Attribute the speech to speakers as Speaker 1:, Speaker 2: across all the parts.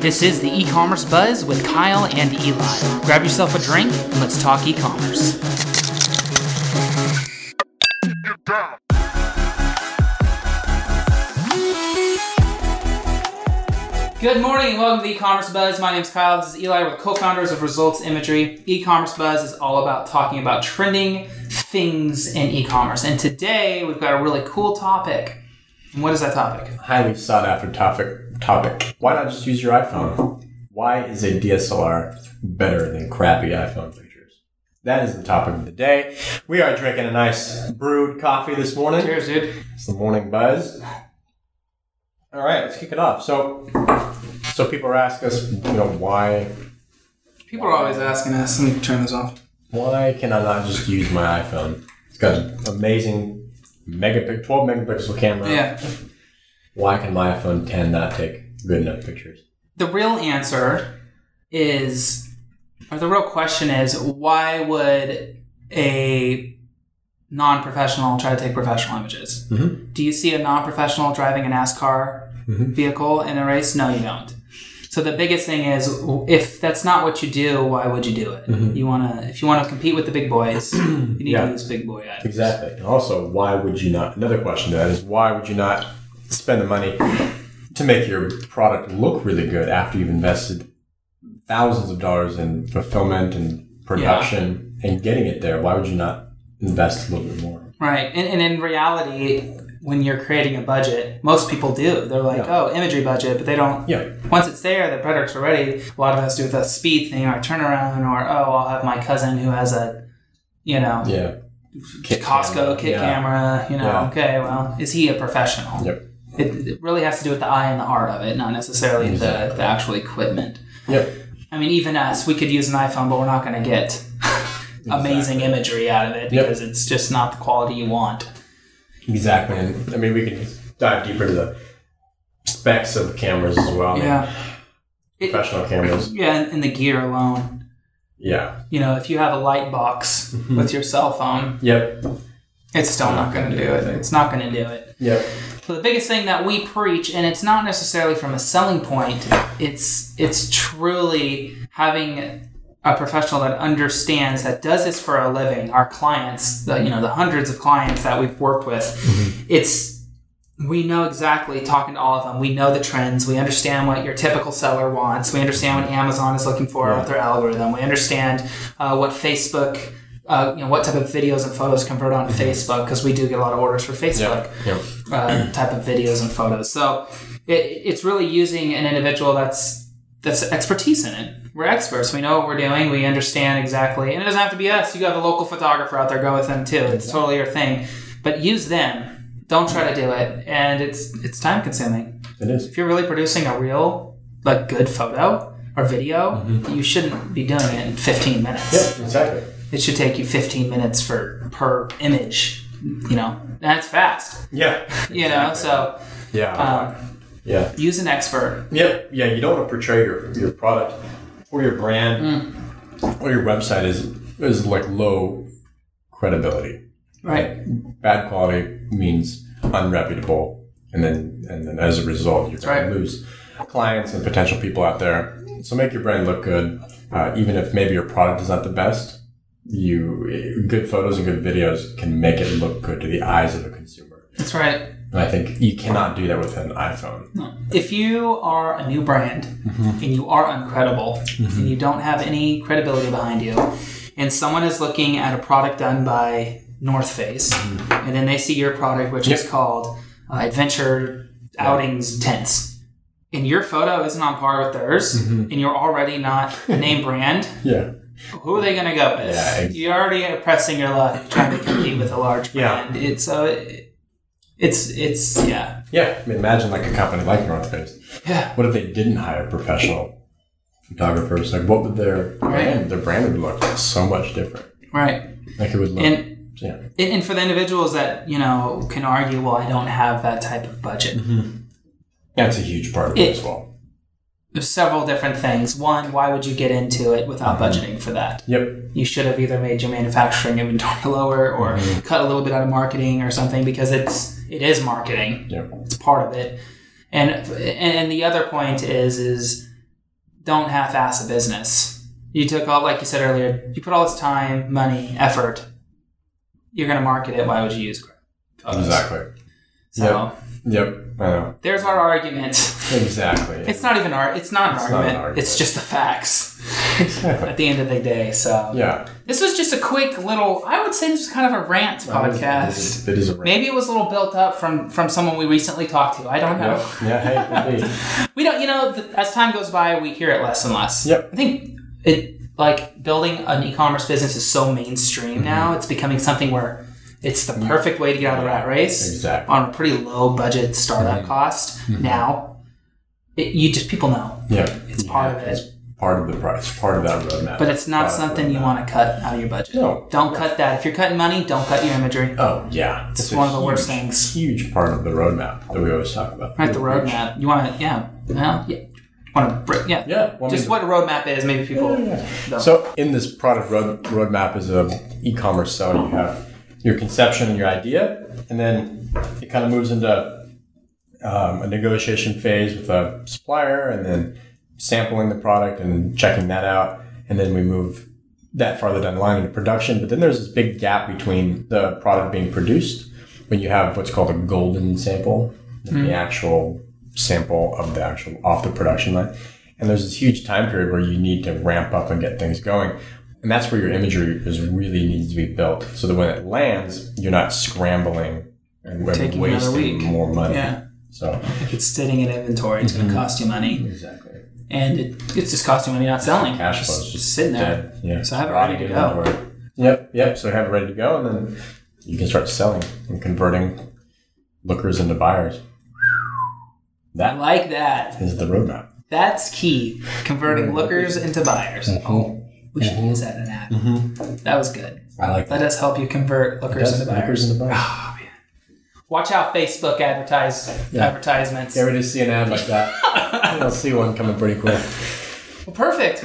Speaker 1: This is the e commerce buzz with Kyle and Eli. Grab yourself a drink and let's talk e commerce. Good morning and welcome to the e-commerce buzz. My name is Kyle. This is Eli. We're the co-founders of Results Imagery. E-commerce buzz is all about talking about trending things in e-commerce. And today we've got a really cool topic. And what is that topic?
Speaker 2: highly sought after topic topic. Why not just use your iPhone? Why is a DSLR better than crappy iPhone pictures? That is the topic of the day. We are drinking a nice brewed coffee this morning.
Speaker 1: Cheers, dude.
Speaker 2: It's the morning buzz. All right, let's kick it off. So, so people ask us, you know, why
Speaker 1: People are always asking us. Let me turn this off.
Speaker 2: why can I not just use my iPhone? It's got an amazing megapixel, twelve megapixel camera.
Speaker 1: Yeah.
Speaker 2: Why can my iPhone 10 not take good enough pictures?
Speaker 1: The real answer is, or the real question is, why would a non-professional try to take professional images?
Speaker 2: Mm-hmm.
Speaker 1: Do you see a non professional driving a NASCAR
Speaker 2: Mhm.
Speaker 1: vehicle in a race? No, you don't. So the biggest thing is if that's not what you do, why would you do it?
Speaker 2: Mhm.
Speaker 1: You wanna if you wanna compete with the big boys, you need
Speaker 2: Yeah.
Speaker 1: to use big boy items.
Speaker 2: Exactly. And also, why would you not? Another question to that is why would you not spend the money to make your product look really good after you've invested thousands of dollars in fulfillment and production and getting it there? Why would you not invest a little bit more?
Speaker 1: Right. And, and in reality, when you're creating a budget, most people do. They're like,
Speaker 2: Yeah.
Speaker 1: oh, imagery budget, but they don't.
Speaker 2: Yeah.
Speaker 1: Once it's there, the product's already. A lot of it has to do with a speed thing or a turnaround, or oh, I'll have my cousin who has a, you know,
Speaker 2: Yeah. Kit
Speaker 1: Costco
Speaker 2: camera,
Speaker 1: kit
Speaker 2: yeah.
Speaker 1: camera. You know,
Speaker 2: Yeah.
Speaker 1: okay, well, is he a professional?
Speaker 2: Yep.
Speaker 1: It, it really has to do with the eye and the heart of it, not necessarily the, the actual equipment.
Speaker 2: Yep.
Speaker 1: I mean, even us, we could use an iPhone, but we're not going to get amazing imagery out of it
Speaker 2: Yep.
Speaker 1: because it's just not the quality you want.
Speaker 2: Exactly. And I mean, we can dive deeper to the specs of cameras as well. I mean,
Speaker 1: Yeah, It-
Speaker 2: Professional cameras.
Speaker 1: yeah, and, and the gear alone.
Speaker 2: Yeah.
Speaker 1: You know, if you have a light box
Speaker 2: Mm-hmm.
Speaker 1: with your cell phone,
Speaker 2: Yep.
Speaker 1: it's still not going to do it. It's not going to do it.
Speaker 2: Yep.
Speaker 1: So the biggest thing that we preach, and it's not necessarily from a selling point, it's it's truly having a professional that understands that does this for a living. Our clients, the you know the hundreds of clients that we've worked with, it's we know exactly talking to all of them. We know the trends. We understand what your typical seller wants. We understand what Amazon is looking for with their algorithm. We understand uh, what Facebook. Uh, you know what type of videos and photos convert on Facebook because we do get a lot of orders for Facebook
Speaker 2: Yep.
Speaker 1: uh, type of videos and photos. So it, it's really using an individual that's that's expertise in it. We're experts. We know what we're doing. We understand exactly. And it doesn't have to be us. You have a local photographer out there. Go with them too. It's totally your thing. But use them. Don't try to do it. And it's it's time consuming.
Speaker 2: It is.
Speaker 1: If you're really producing a real like good photo or video, you shouldn't be doing it in 15 minutes
Speaker 2: Yep. Exactly.
Speaker 1: it should take you 15 minutes for per image you know that's fast
Speaker 2: Yeah.
Speaker 1: you know so
Speaker 2: Yeah.
Speaker 1: um,
Speaker 2: yeah.
Speaker 1: use an expert
Speaker 2: Yep. Yeah, you don't want to portray your, your product or your brand
Speaker 1: Mm.
Speaker 2: or your website is is like low credibility.
Speaker 1: right
Speaker 2: Bad quality means unreputable, and then and then as a result, you're going
Speaker 1: right.
Speaker 2: to lose clients and potential people out there. So make your brand look good, uh, even if maybe your product is not the best. You good photos and good videos can make it look good to the eyes of a consumer.
Speaker 1: that's right
Speaker 2: And I think you cannot do that with an iPhone.
Speaker 1: if you are a new brand and you are uncredible and you don't have any credibility behind you and someone is looking at a product done by north face and then they see your product which is called uh, adventure outings tents and your photo isn't on par with theirs and you're already not a name brand
Speaker 2: Yeah.
Speaker 1: Who are they going to go with?
Speaker 2: Yeah, ex-
Speaker 1: You're already pressing your luck trying to compete with a large
Speaker 2: Yeah.
Speaker 1: brand. It's so it, it's it's yeah
Speaker 2: Yeah, I mean, imagine like a company like North Face.
Speaker 1: yeah
Speaker 2: What if they didn't hire professional photographers? Like, what would their brand, their brand would look like so much different?
Speaker 1: right
Speaker 2: Like it would look,
Speaker 1: and.
Speaker 2: yeah,
Speaker 1: And and for the individuals that you know can argue, well, I don't have that type of budget.
Speaker 2: Mm-hmm. that's a huge part of it, as well.
Speaker 1: There's several different things. One, why would you get into it
Speaker 2: Mm-hmm.
Speaker 1: without budgeting for that?
Speaker 2: Yep.
Speaker 1: you should have either made your manufacturing inventory lower or
Speaker 2: Mm-hmm.
Speaker 1: cut a little bit out of marketing or something because it's it is marketing
Speaker 2: Yep.
Speaker 1: it's part of it And and the other point is is don't half-ass a business. You took all, like you said earlier, you put all this time, money, effort. You're going to market it. Why would you use Grub?
Speaker 2: Exactly.
Speaker 1: So
Speaker 2: Yep. I know.
Speaker 1: there's our argument.
Speaker 2: Exactly.
Speaker 1: It's not even our. It's not an
Speaker 2: It's not an
Speaker 1: argument.
Speaker 2: argument.
Speaker 1: It's just the facts.
Speaker 2: Exactly.
Speaker 1: At the end of the day, so
Speaker 2: yeah.
Speaker 1: this was just a quick little. I would say this was kind of a rant
Speaker 2: That
Speaker 1: podcast.
Speaker 2: is- That is a
Speaker 1: Maybe it was a little built up from from someone we recently talked to. I don't know.
Speaker 2: Yep. Yeah. Hey. it could be.
Speaker 1: We don't. You know, th- as time goes by, we hear it less and less.
Speaker 2: Yep.
Speaker 1: I think it like building an e-commerce business is so mainstream now. It's becoming something where it's the perfect way to get out of the rat race
Speaker 2: Exactly.
Speaker 1: on a pretty low budget startup cost. Now, it, you just people know
Speaker 2: Yeah.
Speaker 1: it's part of it.
Speaker 2: It's part of the price. Part of that roadmap.
Speaker 1: But it's not
Speaker 2: Product
Speaker 1: something you
Speaker 2: roadmap.
Speaker 1: want to cut out of your budget.
Speaker 2: No.
Speaker 1: Don't cut that. If you're cutting money, don't cut your imagery.
Speaker 2: Oh yeah.
Speaker 1: It's
Speaker 2: a
Speaker 1: one of the worst
Speaker 2: huge-
Speaker 1: things.
Speaker 2: Huge part of the roadmap that we always talk about.
Speaker 1: Right, the roadmap. You want to, yeah, yeah, yeah. Want to, yeah.
Speaker 2: Yeah. well, I mean,
Speaker 1: Just what a roadmap is. Maybe people. No.
Speaker 2: So in this product road, roadmap is a e-commerce seller. You have your conception and your idea, and then it kind of moves into um, a negotiation phase with a supplier, and then sampling the product and checking that out, and then we move that farther down the line into production. But then there's this big gap between the product being produced when you have what's called a golden sample,
Speaker 1: Mm-hmm.
Speaker 2: the actual sample of the actual off the production line. And there's this huge time period where you need to ramp up and get things going. And that's where your imagery is really needs to be built so that when it lands, you're not scrambling and
Speaker 1: Taking another
Speaker 2: wasting
Speaker 1: week.
Speaker 2: more money.
Speaker 1: Yeah.
Speaker 2: So
Speaker 1: If it's sitting in inventory, it's going to cost you money.
Speaker 2: exactly.
Speaker 1: And it, it's just costing money not selling.
Speaker 2: Cash
Speaker 1: It's
Speaker 2: flow is just
Speaker 1: sitting there.
Speaker 2: dead. Yeah.
Speaker 1: So have it ready to go.
Speaker 2: Inventory. Yep, yep. So have it ready to go, and then you can start selling and converting lookers into buyers.
Speaker 1: I like that.
Speaker 2: Is the roadmap.
Speaker 1: That's key. Converting
Speaker 2: Mm-hmm.
Speaker 1: lookers into buyers.
Speaker 2: Oh,
Speaker 1: We should use that in an app.
Speaker 2: Mm-hmm.
Speaker 1: That was good.
Speaker 2: I like
Speaker 1: Let us help you convert lookers into buyers. Ah.
Speaker 2: Lookers into buyers.
Speaker 1: Watch out, Facebook advertise
Speaker 2: Yeah.
Speaker 1: advertisements.
Speaker 2: Yeah, we just see an ad like that. I'll see one coming pretty quick.
Speaker 1: Well, perfect.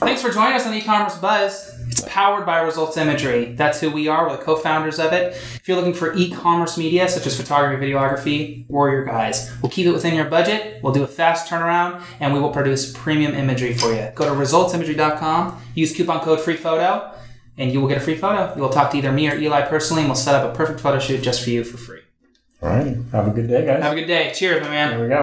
Speaker 1: Thanks for joining us on e-commerce buzz. It's powered by Results Imagery. That's who we are. We're the co-founders of it. If you're looking for e-commerce media such as photography, videography, we're your guys. We'll keep it within your budget. We'll do a fast turnaround, and we will produce premium imagery for you. Go to resultsimagery.com. Use coupon code FREEPHOTO, and you will get a free photo. You'll talk to either me or Eli personally, and we'll set up a perfect photo shoot just for you for free.
Speaker 2: All right. Have a good day, guys.
Speaker 1: Have a good day. Cheers, my man.
Speaker 2: There we go.